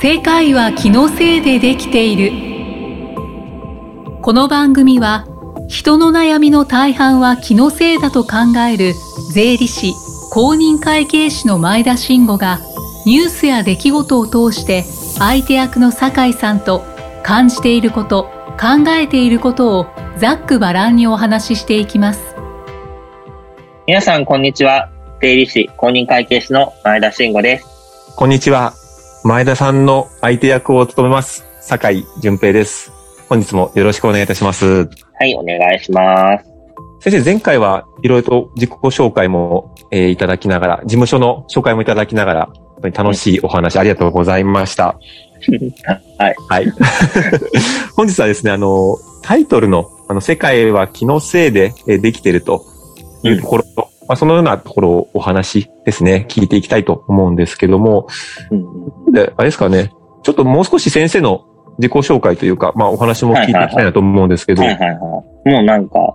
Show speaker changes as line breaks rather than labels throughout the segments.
世界は気のせいでできているこの番組は人の悩みの大半は気のせいだと考える税理士公認会計士の前田慎吾がニュースや出来事を通して相手役の酒井さんと感じていること考えていることをざっくばらんにお話ししていきます
皆さん、こんにちは。税理士公認会計士の前田慎吾です。
こんにちは。前田さんの相手役を務めます、酒井淳平です。本日もよろしくお願いいたします。
はい、お願いします。
先生、前回はいろいろと自己紹介も、えーいただきながら、事務所の紹介もいただきながら、本当に楽しいお話ありがとうございました。
はい。
はい。 本日はですね、あの、タイトルの、あの、世界は気のせいでえーできているというところと、まあ、そのようなところをお話ですね、聞いていきたいと思うんですけども、で、あれですかね、ちょっともう少し先生の自己紹介というか、まあお話も聞いていきたいなと思うんですけど、
は
はい
はい
い。
はい。もうなんか、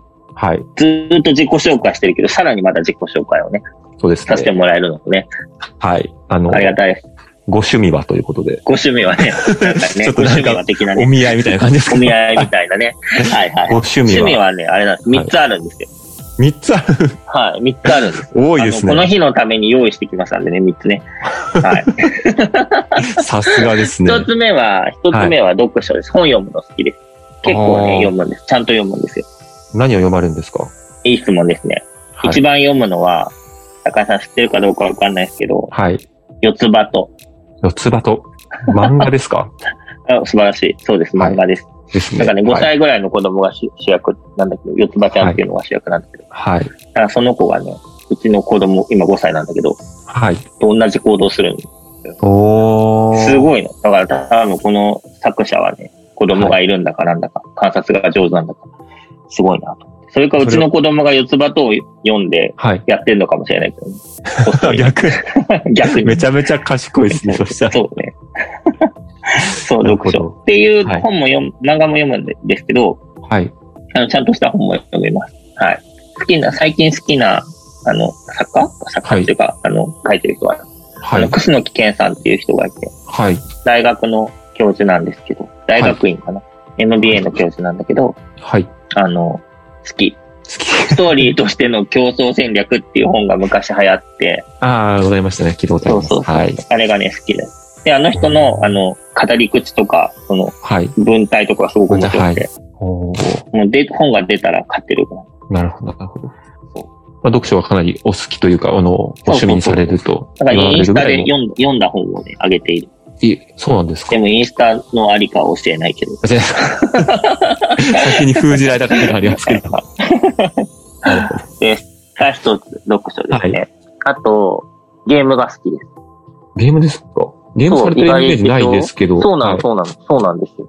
ずーっと自己紹介してるけど、さらにまた自己紹介をね、
そうです
させて
ね。
もらえるのもね、
はい。あの、
ありがたいです。
ご趣味はということで、
ご趣味は ね、なんかね、
ちょっ
ご
となん
趣
か
味は的な
お
ね、
見合いみたいな感じですか
お見合いみたいなね。はいはい。
ご趣味
趣味
は。
はね、あれなんです。
はい
3つあるんですよ。
三つある。
はい、3つあるんです。
多いです
あのこの
ね。
日のために用意してきましたんでね、3つね。はい。
さすがですね。
一つ目は、一つ目は読書です。本読むの好きです。結構ね、
あー
読むんです。ちゃんと読むんですよ。
何を読まれるんですか
いい質問ですね。
はい
一番読むのは、高井さん知ってるかどうかわかんないですけど、
はい。
四つ葉と。
四つ葉と。漫画で すか
あ素晴らしい。そうです。
はい
漫画です。
ですね。
なんかね、5
はい。
歳ぐらいの子供が主主役なんだけど、四つ葉ちゃんっていうのが主役なんだけど、
はい。
だからその子がね、うちの子供、今5歳なんだけど、
はい。
と同じ行動するの
おー。
すごいの。だから多分この作者はね、子供がいるんだかなんだか、観察が上手なんだか、すごいなと思って。それかうちの子供が四つ葉とを読んで
はい。
やってんのかもしれないけ どね、こっそり
逆、
逆に。
めちゃめちゃ賢いですね。そしたら。
そうね。そう、
なるほ
読
ど
書。っていう
はい
本も読む、漫画も読むんですけど、
はい。
あのちゃんとした本も読めます。はい。好きな、最近好きな、あの、作家作家っていうか、あの、書いてる人は、あ
は
の、
い。
楠木健さんっていう人がいて、
はい。
大学の教授なんですけど、大学院かな、MBA の教授なんだけど、
はい。好
あの、好き。
き。
ストーリーとしての競争戦略っていう本が昔流行って、
ああ、ございましたね。聞いたことあります。
そうそうそう
はい。
あれがね、好きです。で、あの人の、あの、語り口とか、その、
はい。
文体とかがすごく面白くて、
おー
もうで、本が出たら買ってるから。
なるほど、なるほど。まあ、読書はかなりお好きというか、あの、お趣味にされると
だ
言
か
わ
ら、イ
れ
ン
る
ス
ぐ
タ
ら
で
いの。
読ん読んだ本をね、あげている。
えそうなんですか
でも、インスタのありかは教えないけど。
間違えました。 先に封じられた感じがありますけ ど。なるほ
が一つ、読書ですね。あと、ゲームが好きです。
どゲームですかゲームされてるイメージないですけど。
そうなの、そうなの、そうなんですよ。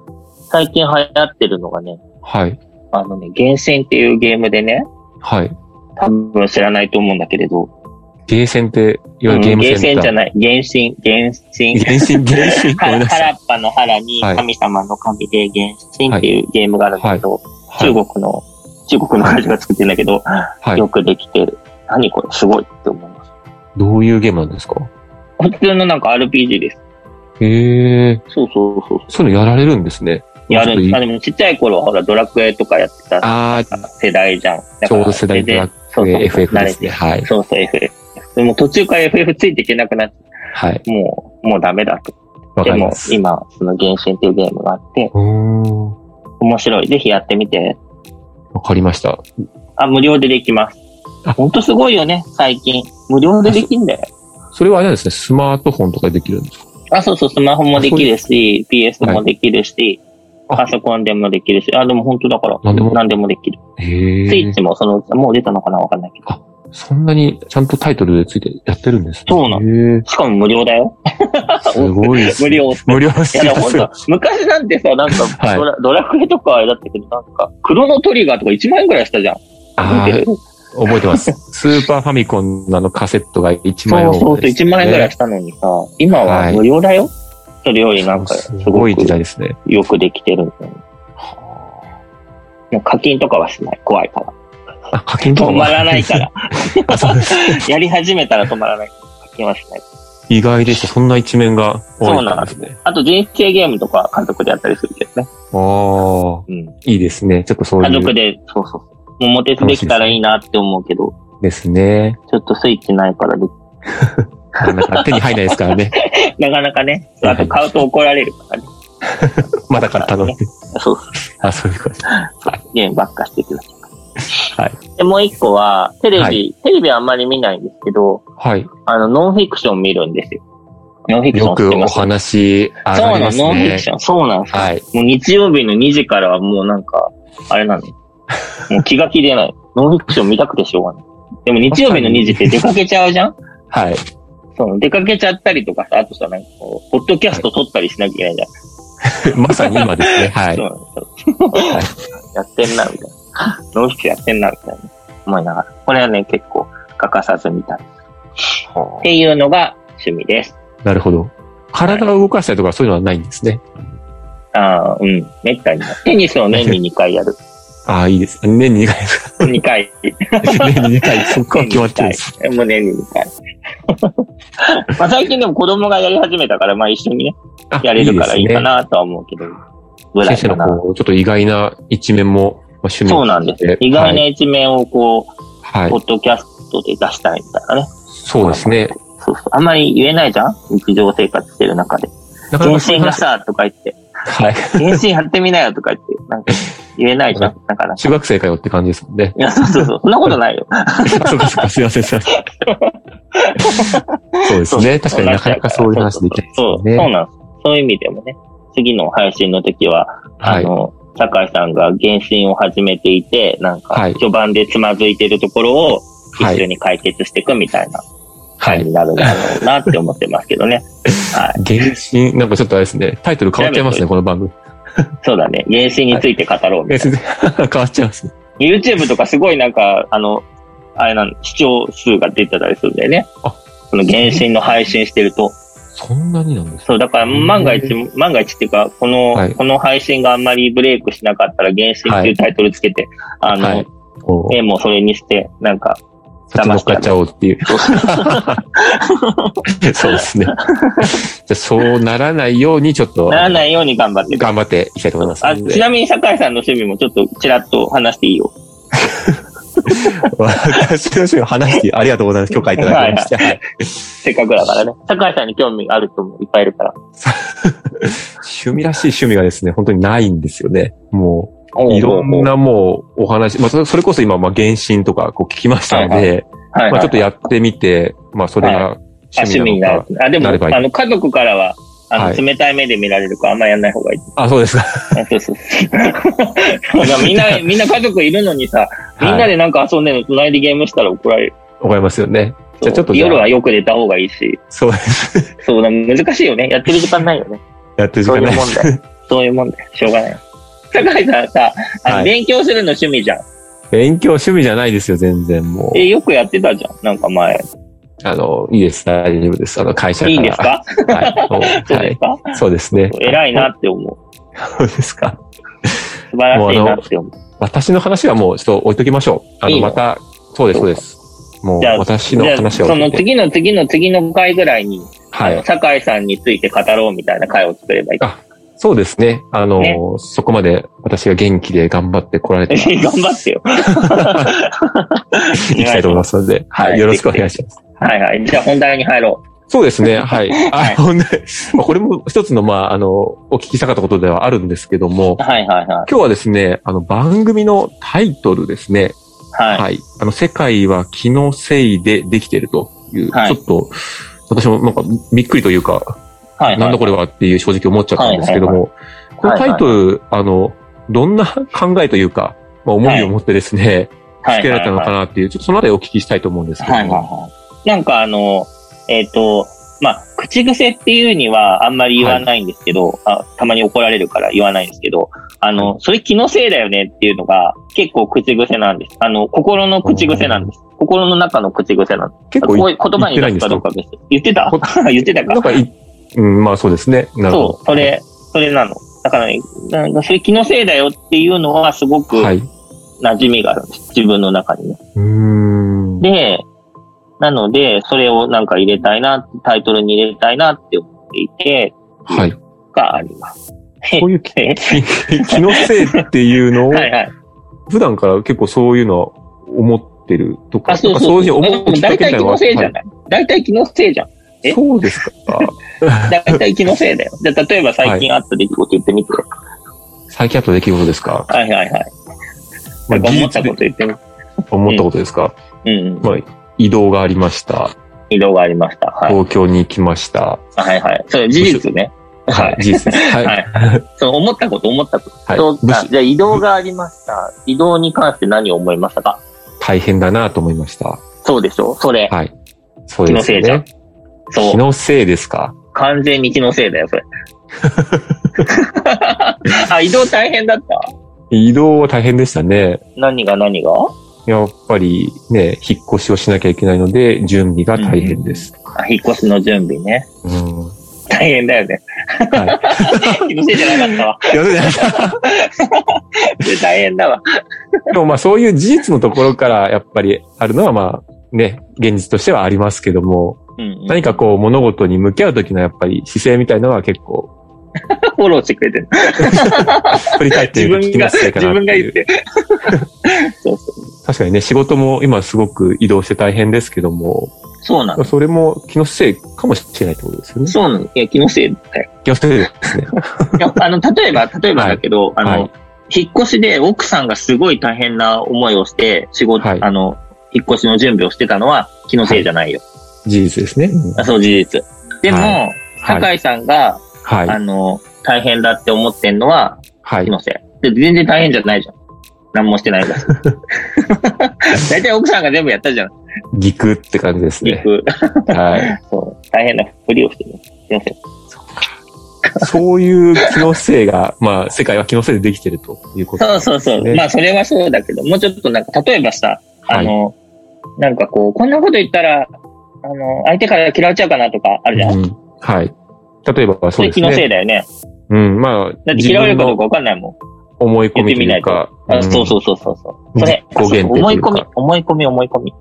最近流行ってるのがね、
はい。
あのね、原神っていうゲームでね、
はい。はい。
多分知らないと思うんだけれど、
ゲーセンって、いわ
う
ゆ
ん
るゲームセンター。
ゲーセンじゃない、原神、原神。
原神、原神、ごめん
は
なさ
原
い。
っぱの原に
はい
神様の神で原神っていうゲームがあるんだけど、
はい
中国の、中国の会社が作ってるんだけど、
はい
よ。くできてる。何これ、すごいって思います。
どういうゲームなんですか
普通のなんか RPG です。
へえ、
そうそうそう。
そういうのやられるんですね。
や
ちょっとい
る
い
あでもちっちゃい頃はほら、ドラクエとかやってた
ああ、
世代じゃん。だ
ち
か
ょ
ら
うど世代ドラク
そうそう
エ FF ですね。はい。
そうそう、FF。でも途中から FF ついていけなくなって、
はい。
もう、もうダメだと。
わ
で
かり
も
ま、す。
今、その原神っていうゲームがあって、
うーん。わ
面白い。ぜひやってみて。
かりました。
あ、無料でできます。
あ
ほんとすごいよね、最近。無料でできんだよ。
それはあれなんですね、スマートフォンとかでできるんですか
あ、そうそう、スマホもできるし、PS もできるし、
はいあ
パソコンでもできるし、あ、でも本当だから、
何でも
何でもできる。ス
へ
イッ
え。
チもその、もう出たのかなわかんないけど。
そんなにちゃんとタイトルでついてやってるんですね
そうな
へえ。
しかも無料だよ。
すごいです
無
ね。
料。
無料し
いやでも本
す
当、昔なんてさ、なんか、
はい
ドラドラクエとかあれだったけど、なんか、クロノトリガーとか1万円ぐらいしたじゃん。
あ
見てる
ー覚えてます。スーパーファミコンのあのカセットが1万円
そう
を
そうそう、1万円ぐらいしたのにさ、今は無料だよ。それよりなんか、す
す
ご
ご
い
い時代ですね。
よくできてるんだよね。
は
もう課金とかはしない。怖いから。
ああ、課金とか
止
も
まらないから。
あそうです。
やり始めたら止まらない。課金はしない。
意外でした。そんな一面が
そうなんです
ね。
あと人生ゲームとか家族でやったりするけどね。
ああ、
うん。
いいですね。ちょっとそう
家族
いう
で、そうそうそう。桃鉄できたらいいなって思うけど、
ですね。
ちょっとスイッチないからでき、
なかなか手に入らないですか らね。
なかなかね、あと買うと怒られるからね。
まだから頼んで。
そう
あ、そういうことです。
ゲームばっかしてください。
はい。
で、もう一個は、テレビ、
はい
テレビあんまり見ないんですけど、
はい。
あの、ノンフィクション見るんですよ。ノンフィクショ
よ
ン知っ
く
て
お
ます
話上
そう
が
な
り
の、
ます
ノンフィク
ね
シ。ョン。そうなんですよ。
はい。
もう日曜日の2時からはもうなんか、あれなの。もう気が気でない。ノンフィクション見たくてしょうがない。でも日曜日の2時って出かけちゃう じゃん
はい。
そう、出かけちゃったりとかさ、あとさ、なんかこう、ポッドキャスト撮ったりしなきゃいけないじ
まさに 今ですね。は
ゃん。
い。
そうなんですよやってんな、みたいな。ノンフィクションやってんな、みたいな。思いながら。これはね、結構欠かさず見たい。っていうのが趣味です。
なるほど。体を動かしたりとかそういうのはないんですね。
ああ、うん。めったにない。テニスを年に2回 やる。
ああ、いいです。年に2回です
2回。
か。年に2回、そこは決まってるんです。
す。もう年に2回。まあ最近でも子供がやり始めたから、まあ一緒にね、
あ
やれるからいい
です
か
ね
なとは思うけど、ぐらい
先生
か
の
な。
こう、ちょっと意外な一面も、まあ、趣味
そうなんです。意外な
ね。
一面をこう、
はい。
ポ
はい
ッドキャストで出したいみたいなね。
そうですね。
そうそう。あんまり言えないじゃん日常生活してる中で。
なかな
人
かそう
生
いう
が
話。
さ、とか言って。
はい。
人生やってみなよとか言って。なんか言えない じゃんなかなか。
中学生かよって感じですもんね。
いや、そうそうそう。そんなことないよ。
あそうか、そうか、すいません、すいません。そうですね。 確かになかなかそういう話できないです
そう
よ
そうそう
ね。
なんです。そういう意味でもね、次の配信の時は、
は
あ
い。
の、酒井さんが原神を始めていて、なん
は
か、
い
序盤でつまずいてるところを
は
一緒
い。
に解決していくみたいな
は
感じ
い。
になるだろうなって思ってますけどね。
原神、なんかちょっとあれですね。タイトル変わっちゃいますね、この番組。
そうだね。原神について語ろうみた
え
いな。
全然 変わっちゃいますね。
YouTube とかすごいなんか、あの、あれなん視聴数が出てたりするんだよね
あ。
その原神の配信してると。
そんなになんですか
そう、だから
うん
万が一、万が一っていうか、この、
はい
この配信があんまりブレイクしなかったら原神っていうタイトルつけて、あの、
はい。こう
絵もそれにして、なんか、
そっち乗っかっちゃおうっていう。そうですね。じゃあそうならないように、ちょっと。
ならないように頑張って
頑張っていきたいと思います
あ
の
ち
で。
なみに酒井さんの趣味もちょっとちらっと話していいよ。
私の趣味を話して、ありがとうございます。許可いただきまして。はい
せっかくだからね。酒井さんに興味ある人もいっぱいいるから。
趣味らしい趣味がですね、本当にないんですよね。もう、いろん
は
なもう、お話、まあ、それそれこそ今、まあ、原神とか、こう、聞きましたの
は
で、
いはい、
まあ、ちょっとやってみて、まあ、それが
あ趣味
趣味
に
な
な
の
る
か。。
あ、でも、
なればいい
あの、家族からは、あ
は
の、
い
冷たい目で見られるからあんまやんない方がいい。
あ、そうですか。
あそうそうそう。いやみん な、みんな家族いるのにさ、みんな
はい
でなんか遊んでるの、隣でゲームしたら怒られる。
わかりますよね。じゃあちょっとじゃあ
夜はよく寝た方がいいし、
そうです。
そうだ、難しいよね。やってる時間ないよ ね。
やってる時
そう
間
いう
ないで
もん
す。
だよ。そういうもんだよ。しょうがない。酒井さんはさ、あの
はい
勉強するの趣味じゃん。
勉強趣味じゃないですよ、全然もう。
え、よくやってたじゃん。なんか前。
あの、いいです、大丈夫です。あの、会社から。
いいんですか
はいも う。
そう
は
です
い。
か、
そうですね。
偉いな。って思う。
そうですか。
素晴らしいなって思う。
私の話はもうちょっと置いときましょう。あの、
いいの
また、そうです、そうです。もう
じゃあ、
私の話
じゃ
は
あそ
置
の
いといて。
次の次の次の回ぐらいに、
は
あの
い。
酒井さんについて語ろうみたいな回を作ればいい。
あそうですね。あの、
ね
そこまで私が元気で頑張ってこら れてい
頑張ってよ。
きたいと思いますので、
はい
はい。よろしくお願いします。
はいはい。じゃあ本題に入ろ
そうで すね。はい。
はい
あほんで、まあこれも一つの、まあ、あの、お聞きしたかったことではあるんですけども
う。、はいはいはい。
今日はですね、あの、番組のタイトルですね。
はい。
はい。あの、世界は気のせいでできているという、
はい
ちょっと、私もなんかびっくりというか、
はい、はい。
なんだこれはっていう正直思っちゃったんですけども、このタイトル、あの、どんな考えというか、まあ、思いを持ってですね、
はい
付けられたのかなっていう、ちょっとそのあたりお聞きしたいと思うんですけど
はいはい
も、
はい。なんかあの、えっ、と、まあ、口癖っていうにはあんまり言わないんですけど、あたまに怒られるから言わないんですけど、あの、それ気のせいだよねっていうのが結構口癖なんです。あの、心の口癖なんです。心の中の口癖なんです。
結構
こう
い
いう言葉に出すかどうかは別に。言ってた
こ
言ってたか
なんかい、うん、まあそうですね。なるほど
そう、それ、それなの。だから、なんかそれ気のせいだよっていうのはすごく
は
馴
い。う
染みがあるんです。自分の中にね。
ーん。
で、なので、それをなんか入れたいな、タイトルに入れたいなって思っていて、
はい。
があります。
こういう気気のせいっていうの を、
はいはい。
普段から結構そういうのは思ってるとか、
あ、そう
なんか
そう。
いうふうに思うき
大
っかけみたい
体
な
気
は
のせいじゃ
は
ない。大体気のせい じゃん。
い
え
そうです か。
大体気のせいだよ。じゃあ、例えば最近あった出来事言ってみて。は
最近あった出来事ですか、
いはいはい。な
まあ、
んか
事
思った
実
こと
で
言ってみて。
思ったことですか、
うんうん。
まあ、移動がありました。
移動がありました。はい。
東京に行きました。
はいはい。それ事実ね。は
はいい。事実です。はい。
はい。そう、思ったこと、思ったこと。
はい
そう
む
か
し
じゃあ移動がありました。移動に関して何を思いましたか
大変だなと思いました。
そうでしょそれ。
はい。そうです
気のせ
よ
いじゃん
ね。
そ
気
う。
のせいですか
完全に気のせいだよ、 それ。あ、移動大変だった
移動は大変でしたね。
何が何が
やっぱりね、引っ越しをしなきゃいけないので、準備が大変です。
あ引っ越しの準備ね。
うん。
大変だよね。
は
気のせいじゃなかったわ。
い。いや
それ大変だわ。
でもまあそういう事実のところからやっぱりあるのはまあね、現実としてはありますけども、
うん、
何かこう物事に向き合う時のやっぱり姿勢みたいのは結構
フォローしてくれてる。
振り返って
自
みる
分
気
が、
のせ
自
いかなっ
分が
て
言
い
っ
う。
て。そうそう。
確かにね、仕事も今すごく移動して大変ですけども、
そうなの。
それも気のせいかもしれないってことですよね。
そうなの。いや、気のせいだよ。
気のせいですね。
いやあの、例えば、例えばだけど、あの、
はい
引っ越しで奥さんがすごい大変な思いをして、仕事、
はい
あの、引っ越しの準備をしてたのは気のせいじゃないよ。
事実ですね。
あそう、事実。でも、
はは
酒
い。
井さんが、あ
はい。
の、大変だって思ってんのは
は
気
い。
のせい。で、全然大変じゃないじゃん。何もしてないから。 大体奥さんが全部やったじゃん。
ギクって感じです
行
ね。
く。
はい。
そう。大変なふりをしてる。気のせい。
そういう気のせいが、まあ世界は気のせいでできてるということ
そ
で
う
す
そ
ね。
うそう。まあ、それはそうだけど、もうちょっとなんか、例えばさ、あ
はい。
の、なんかこう、こんなこと言ったら、あの、相手から嫌われちゃうかなとかあるじゃん。
うんはい。例えば
そ
そう
れ
です
気のせ
ね。
いだよね。
うん、まあ、
だって
自
嫌われ
分
るかどう
の
かわかんないもん。
思い込みというか、
あそう
う
そうそうそうそう。それ、
自己限定とい
思い
うか
込み、思い込み、思い込み。
ん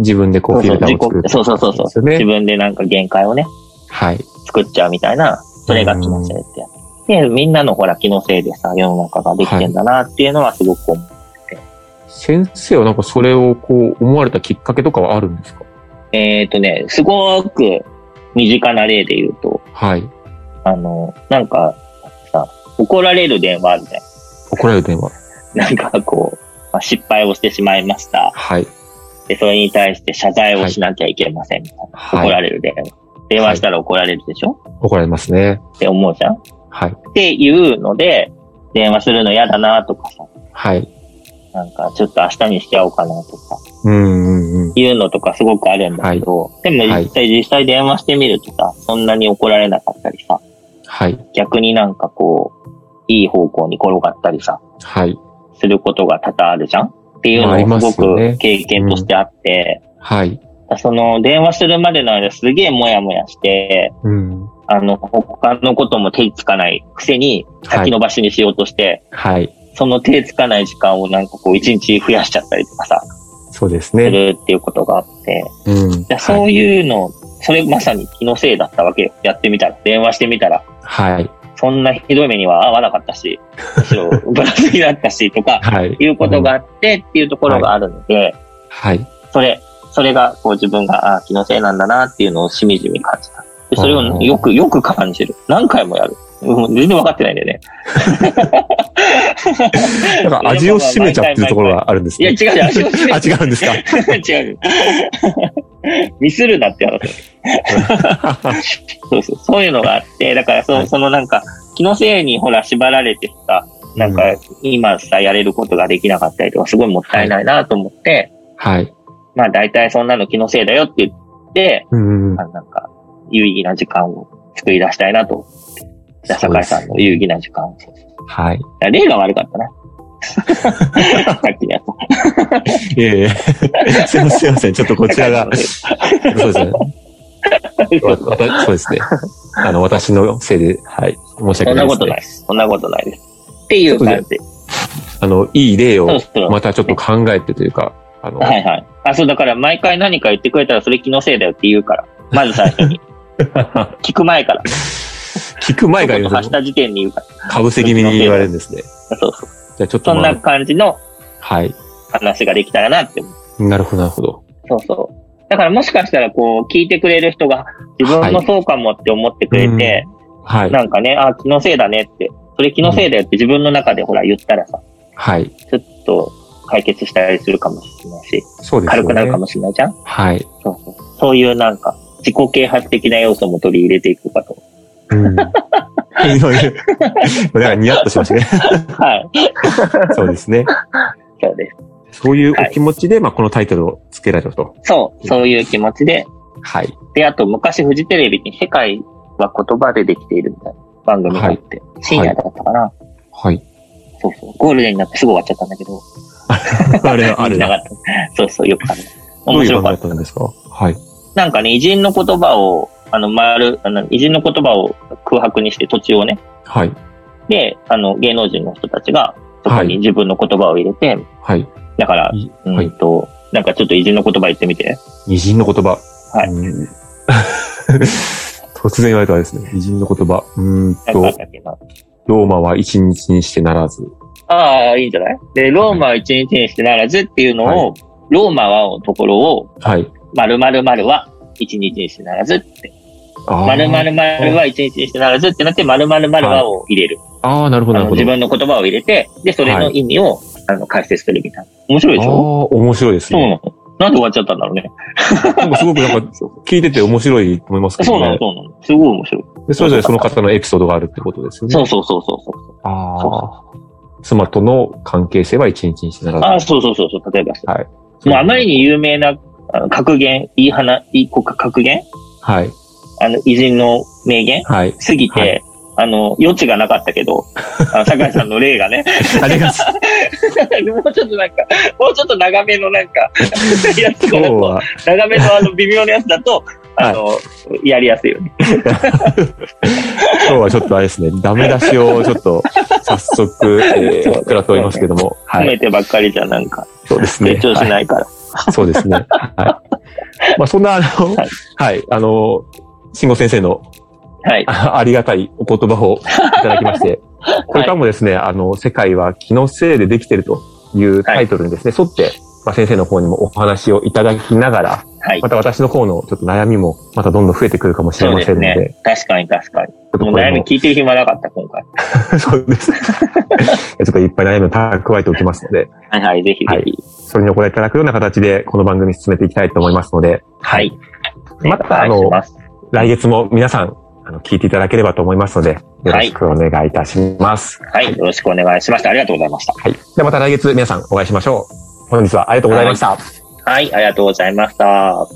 自分でこうフィルターを作る。
そうそうそうそうそ
です
う、
ね
自分でなんか限界をね、
はい。
作っちゃうみたいな、それが気のせいってやつ。で、みんなのほら気のせいでさ、世の中ができてんだなっていうのはすごく思う。
先生はなんかそれをこう思われたきっかけとかはあるんですか
えっ、とね、すごく身近な例で言うと、
はい。
あの、なんかさ、怒られる電話あるじゃん
怒られる電話。
なんかこう、まあ、失敗をしてしまいました。
はい。
で、それに対して謝罪をしなきゃいけません。みたいな
は
怒ら
い。
れる電話。電話したら怒られるでしょ、
怒られますね。
って思うじゃんっ
はい。
ていうので、電話するの嫌だなとかさ、
はい。
なんかちょっと明日にしちゃおうかなとか、
うんうんうん。
いうのとかすごくあるんだけど、でも実際、実際電話してみるとさ、そんなに怒られなかったりさ、
はい。
逆になんかこう、いい方向に転がったりさ、
はい。
することが多々あるじゃんっていう
まああり
の
ま
を
す
す
よ
ごく
ね
経験としてあって、
はい。
その電話するまでの間すげえモヤモヤして、
うん。
あの、他のことも手つかないくせに
はい
先延ばしにしようとして、
はい。
その手つかない時間をなんかこう一日増やしちゃったりとかさ、
そうです
す
ね。
るっていうことがあって、
うん。
でそういうの、それまさに気のせいだったわけよ。やってみたら、電話してみたら、
はい。
そんなひどい目には合わなかったし、むしろぶら下ぎだったしとか、
はい。
いうことがあってっていうところがあるので、
うん。はい。
それ、それが、こう自分が、あー気のせいなんだなっていうのをしみじみ感じた。でそれ
あ
を
ー
よく、よく感じる。何回もやる。うん全然分かってないんだよね。
なんか味を占めちゃってるところがあるんです
いや、違
ね
う。違う、足を締
あ、
め
違うんですか
違う。 ミスるなって話。そうそう、そういうのがあって、だからそ、
はい
そのなんか、気のせいにほら縛られてさ、なんか
う、
今さ、やれることができなかったりとか、すごいもったいないなと思って、
はい。
まあ、大体そんなの気のせいだよって言って、
うんうん。
あなんか、有意義な時間を作り出したいなと。じゃあ、
そう
酒
で
井
す
さんの有意義な時間を。そうそう
はい。
あ例が悪かったな。 さっきのやつ。
いえ いえ。すいません、すいません。ちょっとこちらが。そうですね。わわたそうですね。あの、私のせいで、はい。申し
そ
訳
ん
な
ない
で
こ
す、
とない
ね。
です。そんなことないです。っていう感じ。
あの、いい例
そう
を
そう。
またちょっと考えてというか、あの、
はいはい。あ、そう、だから毎回何か言ってくれたらそれ気のせいだよって言うから。まず最初 に。聞く前から。
聞く前が
ちょ
言
っと発した時点に言うから。
かぶせ気味に言われるんですね。
そうそう。
じゃあちょっと
そん
ま
な
あ、
感じの
はい。
話ができたらなって思う。
なるほど、なるほど。
そうそう。だからもしかしたらこう、聞いてくれる人が自分もそうかもって思ってくれて、
はい。
なんかね、あ、気のせいだねって、それ気のせいだよって自分の中でほら言ったらさ、
はい。
ちょっと解決したりするかもしれないし、
そうです
軽
よね。
くなるかもしれないじゃん
はい。
そうそうそういうなんか、自己啓発的な要素も取り入れていこうかと。
うん。そういうなんかニヤッとしましたね。
はい。
そうですね。
そうです。
そういうお気持ちで、まあ、このタイトルを付けられると。
そう、そういう気持ちで。
はい。
で、あと昔フジテレビに世界は言葉でできているみたいな番組があって、深夜だったかな、
はい。
そうそう。ゴールデンになってすぐ終わっちゃったんだけど、
あれはあ
み
る
んな
な。
が、そうそう、よくある。
ど
面
ういう
白
番
か
組
っ
だ
た
ったんですかはい。
なんかね、偉人の言葉を、あの、丸、あの偉人の言葉を空白にして土地をね、
はい。
で、あの、芸能人の人たちが、そこ
はい
に自分の言葉を入れて、
はい。
だから、
いは
う
い
んと、なんかちょっと偉人の言葉言ってみて。
偉人の言葉。
はい
うん 突然言われたらですね、偉人の言葉。うーん
なんかあっ
と、
たっけな。
ローマは一日にしてならず。
ああ、いいんじゃないで、ローマは一日にしてならずっていうのを、ローマはのところを、
はい。
〇〇〇は一日にしてならずって、
あー
〇〇〇は一日にしてならずってなって、〇〇〇はを入れる。
あー、なるほど、
あ
な
の
るほど。
自分の言葉を入れて、で、それの意味を、あの解説するみたいな。面白いでし
ああ
ょ
ー、面白いです
そう
ね。
なの。なんで終わっちゃったんだろうね。
なんかすごくなんか聞いてて面白いと思いますけ
そ
ど
うなの、
ね。
そうなの。すごい面白い。
でそれぞれその方のエピソードがあるってことですよね。
そうそうそうそうそう。
ああ。妻との関係性は一日にしてなら
あ、そうそうそうそう、例えばそう。
はいず。
もうあまりに有名なあの格言、いい話、いいこ格言
はい。
あの、偉人の名言
はい。
すぎて、
はい
あの、余地がなかったけど、あの酒井さんの例がね、
ありがとう。
もうちょっとなんか、もうちょっと長めのなん か、や つ
今
だ
日
と、
は、
長めのあの微妙なやつだと、あの、やりやすいよね。
今日はちょっとあれですね、ダメ出しをちょっと早速、えー、食らっておりますけども。は
褒め
い。
てばっかりじゃなんか、
そうです
成
ね。
長し
は
ないから。
い。そうですね。はい。まあそんな、あの、
はい
はい。あの、慎吾先生の
はい。
あありがたいお言葉をいただきまして、これからもですね、あの、世界は気のせいでできてるというタイトルにですね、沿って、まあ、先生の方にもお話をいただきながら、
はい
ま。た私の方のちょっと悩みも、またどんどん増えてくるかもしれ
そう
ま
で
せん
す
ので、
ね。確かに確かに。
ちょっと
もう
これ
悩み
も、
聞いてる暇なかった、今回。
そうです。ちょっといっぱい悩みを蓄えておきますので、
はいはい、ぜひぜひ。
それにお答えいただくような形で、この番組進めていきたいと思いますので、
はい。
また、あ
お願いし
の、
ます
来月も皆さん、あの、聞いていただければと思いますので、よろしくお願いいたします。
はい、よろしくお願いしました。ありがとうございました。
はい。ではまた来月皆さんお会いしましょう。本日はありがとうございました。
はい、ありがとうございました。